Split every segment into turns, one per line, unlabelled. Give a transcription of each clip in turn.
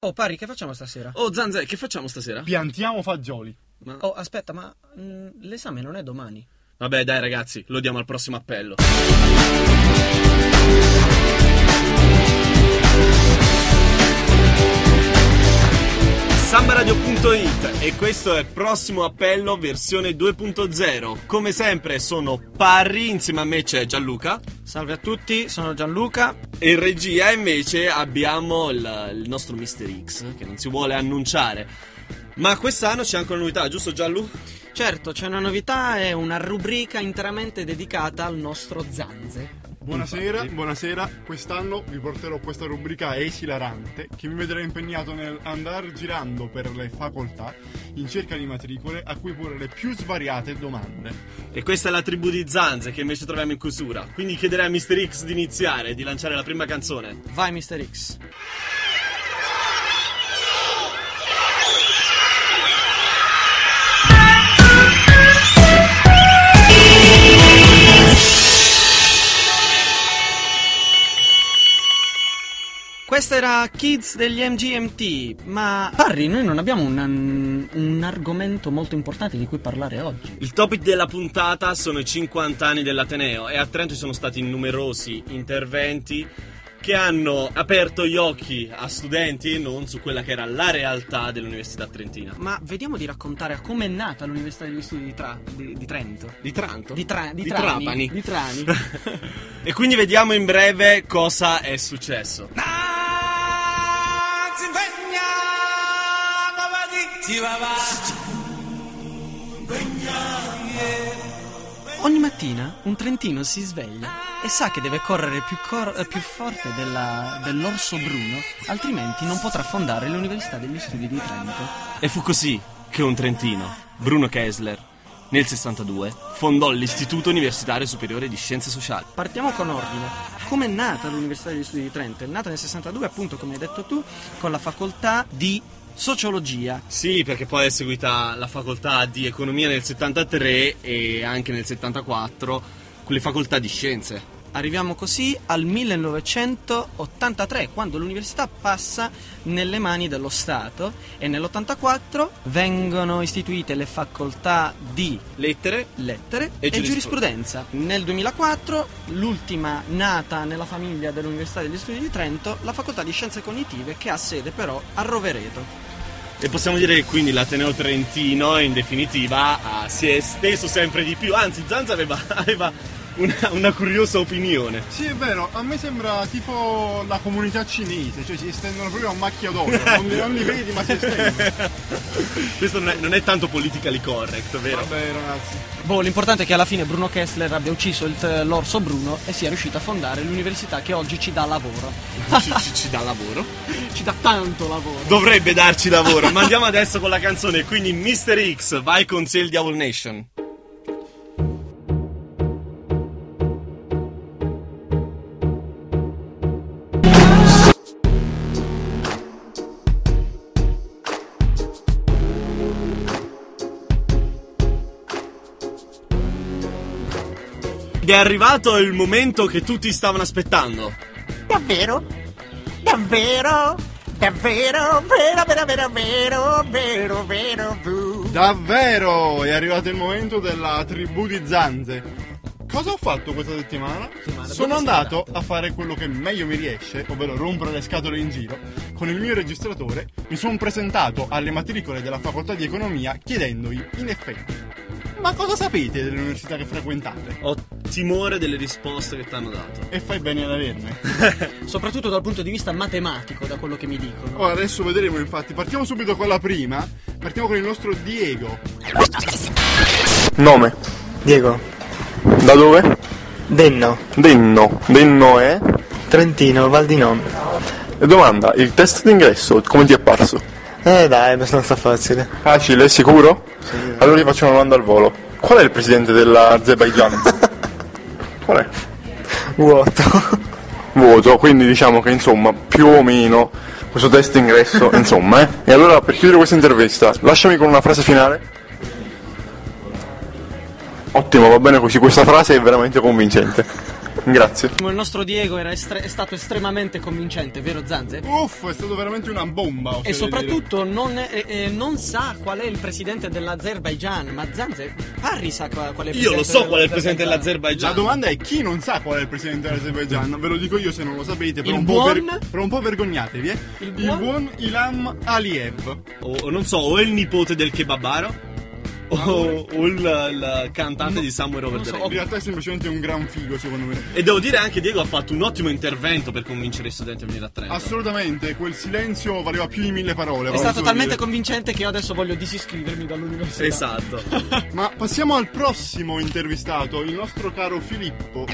Oh, Pari, che facciamo stasera?
Oh, Zanzè, che facciamo stasera?
Piantiamo fagioli.
Ma-
Oh, aspetta, ma mm, l'esame non è domani.
Vabbè, dai, ragazzi, lo diamo al prossimo appello. Sambaradio.it e questo è prossimo appello versione 2.0. Come sempre sono Parri, insieme a me c'è Gianluca.
Salve a tutti, sono Gianluca.
E in regia invece abbiamo il, il nostro Mr. X che non si vuole annunciare. Ma quest'anno c'è anche una novità, giusto Gianlu?
Certo, c'è una novità, è una rubrica interamente dedicata al nostro Zanze.
Buonasera, buonasera. Quest'anno vi porterò questa rubrica esilarante che mi vedrà impegnato nel andare girando per le facoltà in cerca di matricole a cui porre le più svariate domande.
E questa è la tribù di Zanze che invece troviamo in chiusura. Quindi chiederei a Mr. X di iniziare e di lanciare la prima canzone.
Vai, Mr. X. Questa era Kids degli MGMT, ma... Parri, noi non abbiamo un, un argomento molto importante di cui parlare oggi.
Il topic della puntata sono i 50 anni dell'Ateneo e a Trento ci sono stati numerosi interventi che hanno aperto gli occhi a studenti e non su quella che era la realtà dell'Università Trentina.
Ma vediamo di raccontare a com'è nata l'Università degli Studi di, Tra- di- di Trento.
Di Tranto?
Di, Tra- di
Di
Trani.
Trapani.
Di Trani.
e quindi vediamo in breve cosa è successo.
Ogni mattina un trentino si sveglia e sa che deve correre più, cor- eh, più forte della- dell'orso bruno, altrimenti non potrà fondare l'Università degli Studi di Trento.
E fu così che un trentino, Bruno Kessler, nel 62 fondò l'Istituto Universitario Superiore di Scienze Sociali.
Partiamo con ordine. Come è nata l'Università degli Studi di Trento? È nata nel 62, appunto, come hai detto tu, con la facoltà di sociologia.
Sì, perché poi è seguita la facoltà di economia nel 73 e anche nel 74 con le facoltà di scienze.
Arriviamo così al 1983, quando l'università passa nelle mani dello Stato e nell'84 vengono istituite le facoltà di
Lettere?
lettere
E
e, giurisprudenza.
giurisprudenza.
Nel 2004, l'ultima nata nella famiglia dell'Università degli Studi di Trento, la facoltà di scienze cognitive che ha sede però a Rovereto.
E possiamo dire che quindi l'Ateneo Trentino in definitiva ah, si è esteso sempre di più, anzi Zanza aveva, aveva una, una curiosa opinione.
Sì, è vero, a me sembra tipo la comunità cinese, cioè si estendono proprio a macchia d'olio, non, li- non li vedi ma si estendono.
Questo non è, non è tanto politically correct, vero?
Vabbè ragazzi,
Boh, l'importante è che alla fine Bruno Kessler abbia ucciso il t- l'orso Bruno e sia riuscito a fondare l'università che oggi ci dà lavoro.
Ci, ci- ci dà lavoro.
ci dà tanto lavoro.
Dovrebbe darci lavoro, ma andiamo adesso con la canzone, quindi Mr. X, vai con sé il Diavol Nation. Ed è arrivato il momento che tutti stavano aspettando.
Davvero? Davvero? Davvero? Vero, vero, vero, vero, vero, vero, blu.
davvero è arrivato il momento della tribù di Zanze. Cosa ho fatto questa settimana?
Settimana,
Sono
dove sei
andato
andato?
a fare quello che meglio mi riesce, ovvero rompere le scatole in giro. Con il mio registratore mi sono presentato alle matricole della facoltà di economia chiedendogli, in effetti, ma cosa sapete dell'università che frequentate?
Ho timore delle risposte che ti hanno dato.
E fai bene ad averne.
Soprattutto dal punto di vista matematico, da quello che mi dicono.
Ora Oh, adesso vedremo infatti, partiamo subito con la prima, partiamo con il nostro Diego.
Nome.
Diego,
Da dove?
Denno,
Denno. Denno è?
Trentino, Val di Non.
E Domanda, il test d'ingresso come ti è apparso?
Eh dai, è abbastanza facile.
Facile, sicuro? Allora ti faccio una domanda al volo. Qual è il presidente dell'Azerbaigian? Qual è?
Vuoto.
Vuoto, quindi diciamo che insomma, più o meno, questo test d'ingresso, insomma, eh. E allora per chiudere questa intervista, lasciami con una frase finale. Ottimo, va bene così, questa frase è veramente convincente. Grazie.
Il nostro Diego era estre- è stato estremamente convincente, vero Zanze?
Uff, è stato veramente una bomba.
E
oserei
soprattutto non, eh, eh, non sa qual è il presidente dell'Azerbaijan, ma Zanze, Harry sa qua- qual è il presidente
Io lo so qual è il presidente
dell'Azerbaigian.
dire. La
dell'Azerbaigian.
domanda è chi non sa qual è il presidente dell'Azerbaigian? Ve lo dico io se non lo sapete, però
Il
un, po
buon-
per un po' vergognatevi. Eh.
Il buon-
Ilham Aliyev.
O, o non so, o è il nipote del kebabaro. O, o il, il cantante di Somewhere Over
non
the
so,
Rainbow.
In realtà è semplicemente un gran figo, secondo me.
E devo dire anche Diego ha fatto un ottimo intervento per convincere i studenti a venire a
Ah,
Trento.
Assolutamente, quel silenzio valeva più di mille parole.
È stato
posso
talmente
dire.
convincente che io adesso voglio disiscrivermi dall'università.
Esatto.
Ma passiamo al prossimo intervistato, il nostro caro Filippo.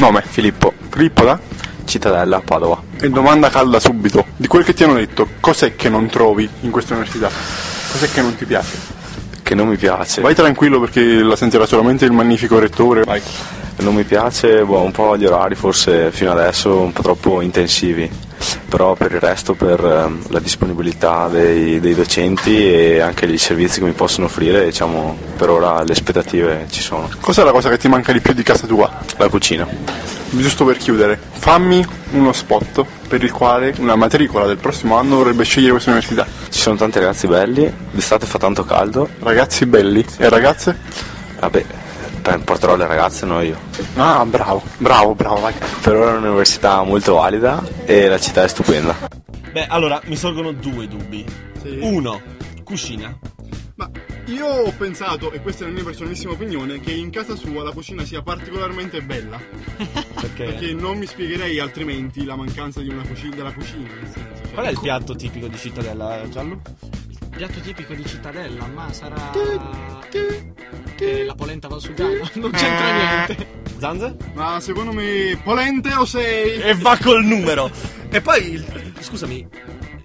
Nome Filippo. Filippo da?
Cittadella, Padova.
E domanda calda subito. Di quel che ti hanno detto, cos'è che non trovi in questa università? Cos'è che non ti piace?
Che non mi piace.
Vai tranquillo perché la sentirà solamente il magnifico rettore. Vai.
Non mi piace, boh, un po' gli orari forse fino adesso un po' troppo intensivi. Però per il resto, per ehm, la disponibilità dei, dei docenti e anche i servizi che mi possono offrire, diciamo, per ora le aspettative ci sono.
Cos'è la cosa che ti manca di più di casa tua?
La cucina.
Giusto per chiudere, fammi uno spot per il quale una matricola del prossimo anno dovrebbe scegliere questa università.
Ci sono tanti ragazzi belli, d'estate fa tanto caldo.
Ragazzi belli e ragazze?
Vabbè, pe- porterò le ragazze, no io.
Ah, bravo, bravo, bravo, vai.
Per ora è un'università molto valida e la città è stupenda.
Beh, allora mi sorgono due dubbi.
Sì.
Uno, cucina.
Ma io ho pensato, e questa è la mia personalissima opinione, che in casa sua la cucina sia particolarmente bella.
Perché
Perché non mi spiegherei altrimenti la mancanza di una cucina, della cucina, nel senso. cioè-
qual è il piatto tipico di Cittadella, Giallo?
Piatto tipico di cittadella, ma sarà. Eh, la polenta valsugana. Non c'entra niente.
Eh, Zanze?
Ma secondo me polente o sei?
E va col numero. e poi, il- scusami,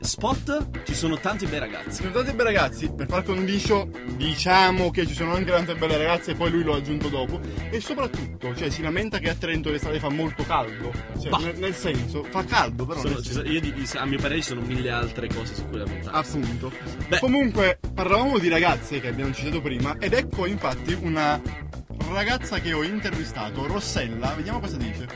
spot ci sono tanti bei ragazzi.
Scusate beh ragazzi, per far condicio diciamo che ci sono anche tante belle ragazze e poi lui l'ha aggiunto dopo e soprattutto, cioè si lamenta che a Trento l'estate fa molto caldo, cioè,
Bah.
nel, nel senso, fa caldo però
Sono-
nel
ci
senso.
sono- io di- di- a mio parere ci sono mille altre cose su cui lamentare.
Ah, Appunto.
Beh.
Comunque, parlavamo di ragazze che abbiamo citato prima ed ecco infatti una ragazza che ho intervistato, Rossella, vediamo cosa dice.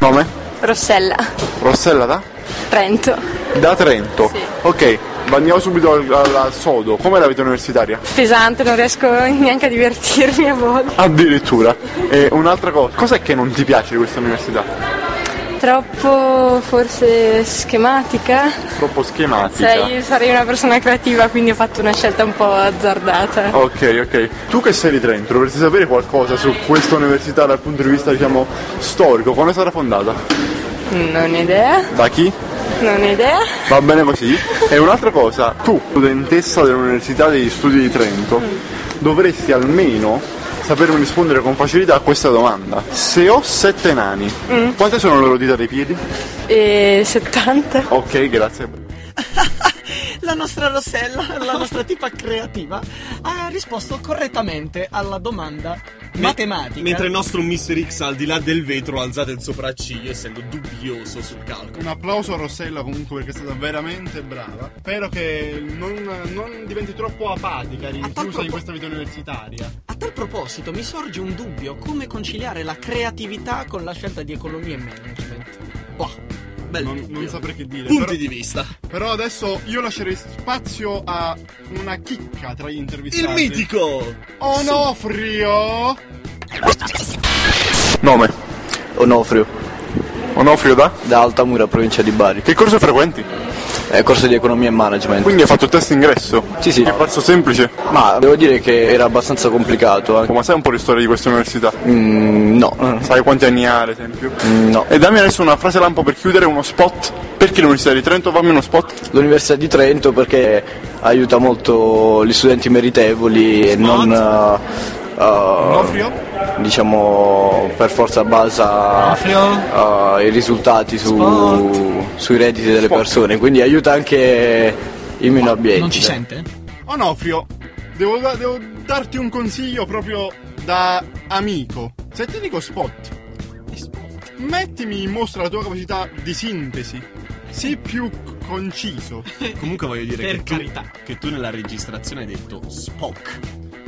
Nome?
Rossella,
Rossella da?
Trento.
Da Trento.
Sì.
Ok, ma andiamo subito al, al- al sodo. Com'è la vita universitaria?
Pesante, non riesco neanche a divertirmi a volte.
Addirittura. E un'altra cosa, cos'è che non ti piace di questa università?
Troppo forse schematica.
Troppo schematica.
Cioè, io sarei una persona creativa, quindi ho fatto una scelta un po' azzardata.
Ok, ok. Tu che sei di Trento, dovresti sapere qualcosa su questa università dal punto di vista, diciamo, storico. Quando è stata fondata?
Non ho idea,
Da chi?
non ho idea.
Va bene così. E un'altra cosa, tu, studentessa dell'Università degli Studi di Trento,
Mm.
dovresti almeno sapermi rispondere con facilità a questa domanda. Se ho sette nani, quante sono le loro dita dei piedi?
E 70.
Ok, grazie.
La nostra Rossella, la nostra tipa creativa, ha risposto correttamente alla domanda matematica.
Mentre il nostro Mr. X al di là del vetro ha alzato il sopracciglio essendo dubbioso sul calcolo.
Un applauso a Rossella comunque perché è stata veramente brava. Spero che non, non diventi troppo
Ah,
apatica, rinchiusa in
propo-
questa vita universitaria.
A tal proposito, mi sorge un dubbio: come conciliare la creatività con la scelta di economia e management? Boh, bello.
Non, non
dubbio.
saprei che dire.
Eh, Punti
però,
di vista.
però adesso io lascerei spazio a una chicca tra gli intervistati.
Il mitico!
Onofrio!
Nome.
Onofrio,
Onofrio da?
da Altamura, provincia di Bari.
Che corso frequenti?
È corso di economia e management.
Quindi hai fatto il test ingresso?
Sì, sì.
Che passo semplice?
Ma devo dire che era abbastanza complicato. eh.
Ma sai un po' di storia di questa università?
Mm, no, Mm,
Sai quanti anni ha, ad esempio?
no.
E dammi adesso una frase lampo per chiudere, uno spot. Perché l'Università di Trento? Fammi uno spot.
L'Università di Trento perché aiuta molto gli studenti meritevoli e non... eh, eh,
Onofrio?
diciamo per forza basa eh, i risultati su, sui redditi delle persone quindi aiuta anche i meno abbienti
Non ci sente?
Onofrio, devo, da- devo darti un consiglio proprio da amico. Se ti dico spot, mettimi in mostra la tua capacità di sintesi. Sii più conciso.
Comunque voglio dire
Per
che, tu,
carità.
che tu nella registrazione hai detto Spock.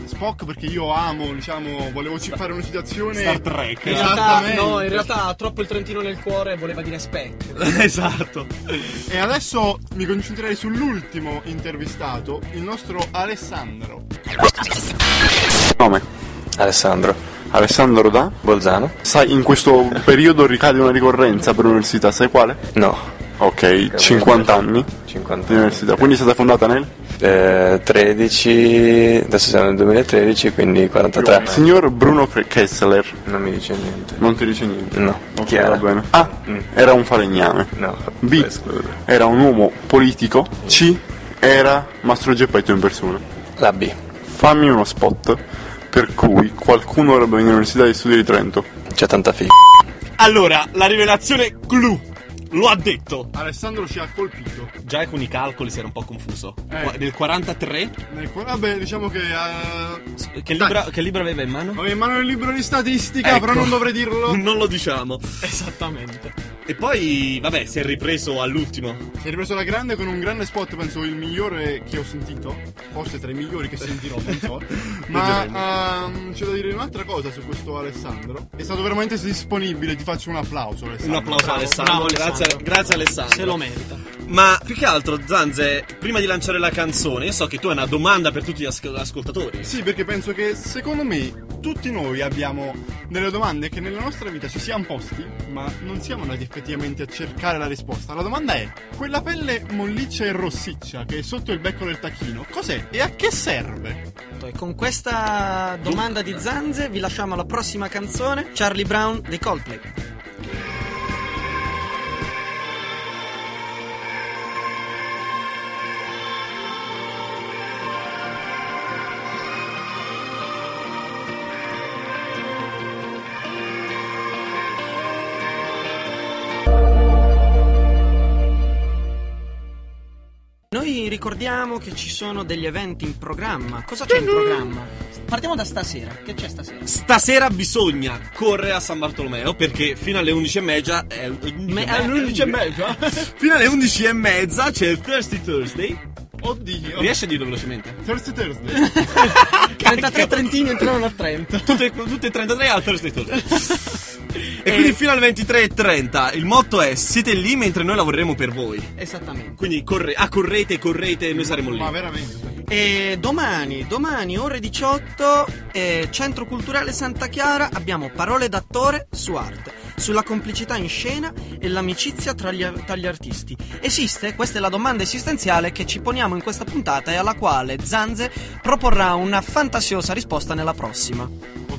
Spock perché io amo, diciamo, volevo ci- fare una citazione
Star Trek.
In realtà,
Esattamente.
no, in realtà ha troppo il Trentino nel cuore voleva dire Speck.
esatto.
E adesso mi concentrerei sull'ultimo intervistato, il nostro Alessandro.
Nome.
Alessandro
Alessandro da?
Bolzano?
Sai, in questo periodo ricade una ricorrenza per l'università, sai quale?
No,
Ok, 50 anni di
50
università. Quindi è stata fondata nel?
Eh, 13, adesso siamo nel 2013, quindi 43.
Signor Bruno Pre- Kessler.
Non mi dice niente.
Non ti dice niente?
No.
Ok,
Chi era?
va bene. Mm. A. Ah. Era un falegname.
No,
B. Era un uomo politico. C. Era Mastro Geppetto in persona.
La B.
Fammi uno spot per cui qualcuno dovrebbe venire all'Università degli Studi di Trento.
C'è tanta figa.
Allora, la rivelazione clou. Lo ha detto.
Alessandro ci ha colpito.
Già con i calcoli si era un po' confuso.
Eh.
Qua- Nel 43,
Nel cuore- Vabbè, diciamo che eh,
s- che libro, che libro aveva in mano?
ho in mano il libro di statistica,
Ecco.
però non dovrei dirlo.
Non lo diciamo.
Esattamente.
E poi, vabbè, si è ripreso all'ultimo.
Si è ripreso la grande con un grande spot, penso il migliore che ho sentito, forse tra i migliori che sentirò, non so. Ma ehm, c'è da dire un'altra cosa su questo Alessandro. È stato veramente disponibile, ti faccio un applauso
Un
Alessandro.
applauso a Alessandro.
bravo
grazie,
Alessandro.
grazie Alessandro.
Se lo merita.
Ma più che altro, Zanze, prima di lanciare la canzone, io so che tu hai una domanda per tutti gli asco- ascoltatori.
Sì, perché penso che secondo me tutti noi abbiamo delle domande che nella nostra vita ci siamo posti, ma non siamo andati effettivamente a cercare la risposta. La domanda è: quella pelle molliccia e rossiccia che è sotto il becco del tacchino, cos'è e a che serve?
E con questa domanda di Zanze vi lasciamo alla prossima canzone Charlie Brown dei Coldplay. Noi ricordiamo che ci sono degli eventi in programma. Cosa c'è in programma? Partiamo da stasera. Che c'è stasera?
Stasera bisogna correre a San Bartolomeo perché fino alle 11.30 è
Me- alle 11:30?
Fino alle 11.30 c'è il Thirsty Thursday.
Oddio.
Riesci a dirlo velocemente?
Thursday Thursday.
33 Trentini entrano a Trento.
Tutte, tutte e 33 al Thursday Thursday. e quindi fino alle 23.30 il motto è siete lì mentre noi lavoreremo per voi.
Esattamente.
Quindi corre- ah, correte, correte, noi saremo lì.
ma veramente.
E domani, domani ore 18, eh, Centro Culturale Santa Chiara, abbiamo parole d'attore su arte, sulla complicità in scena e l'amicizia tra gli, tra gli artisti. Esiste? Questa è la domanda esistenziale che ci poniamo in questa puntata e alla quale Zanze proporrà una fantasiosa risposta nella prossima.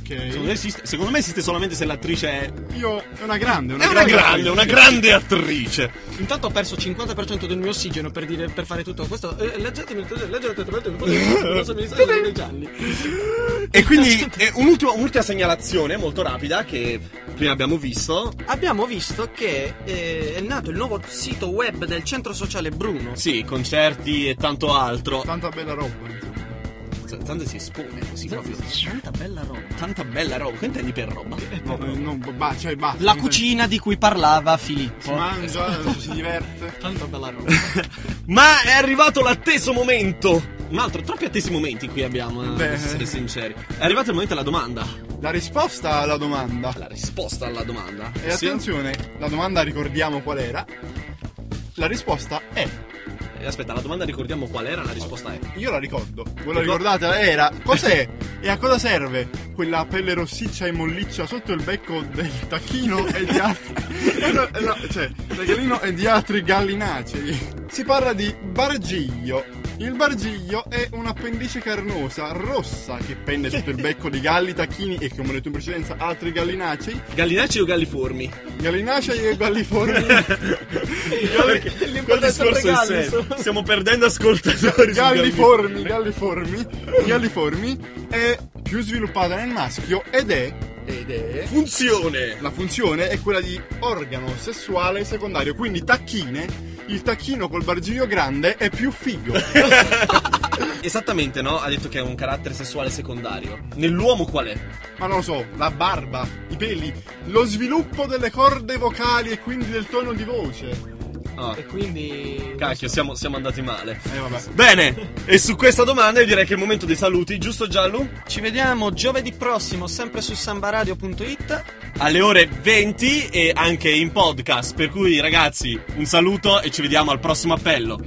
Secondo me,
Ok.
esiste, secondo me esiste solamente se l'attrice è.
Io è una grande, una
È una
grande,
grande, una grande attrice.
Intanto ho perso 50% del mio ossigeno per, dire, per fare tutto questo. leggetemi,
E quindi eh, un'ultima, un'ultima segnalazione molto rapida che prima abbiamo visto.
Abbiamo visto che eh, è nato il nuovo sito web del centro sociale Bruno.
Sì, concerti e tanto altro.
Tanta bella roba. insomma.
Z- Zanda si espone così proprio.
Tanta bella roba.
Tanta bella roba. Che intendi per roba?
Eh, non- ba- cioè, basta,
La
non-
cucina di cui parlava Filippo.
Si mangia, si diverte.
Tanta bella roba.
Ma è arrivato l'atteso momento. Un altro, troppi attesi momenti qui abbiamo, eh,
Beh.
per essere sinceri. È arrivato il momento della domanda.
La risposta alla domanda.
La risposta alla domanda.
E
Sì?
attenzione, la domanda ricordiamo qual era. La risposta è,
Eh, Aspetta, la domanda ricordiamo qual era, la risposta è.
io la ricordo, voi la
Ricor-
ricordate? Era, cos'è e a cosa serve quella pelle rossiccia e molliccia sotto il becco del tacchino e di altri... eh, no, eh, no, cioè, del gallino e di altri gallinacei. Si parla di bargiglio. Il bargiglio è un'appendice carnosa rossa che pende sotto il becco di galli, tacchini e, come ho detto in precedenza, altri gallinacei
Gallinacei o galliformi?
Gallinacei e galliformi.
Quel discorso è serio. Stiamo perdendo ascoltatori. su
galliformi, galliformi, galliformi è più sviluppata nel maschio ed è ed è
Funzione!
la funzione è quella di organo sessuale secondario, quindi tacchine. Il tacchino col bargiglio grande è più figo.
Esattamente, no? Ha detto che è un carattere sessuale secondario. Nell'uomo qual è?
Ma non lo so, la barba, i peli, lo sviluppo delle corde vocali e quindi del tono di voce.
Ah.
E quindi.
Cacchio, siamo, siamo andati male.
Eh, vabbè.
Bene, e su questa domanda io direi che è il momento dei saluti, giusto Giallo?
Ci vediamo giovedì prossimo, sempre su sambaradio.it.
Alle ore 20 e anche in podcast. Per cui ragazzi, un saluto e ci vediamo al prossimo appello.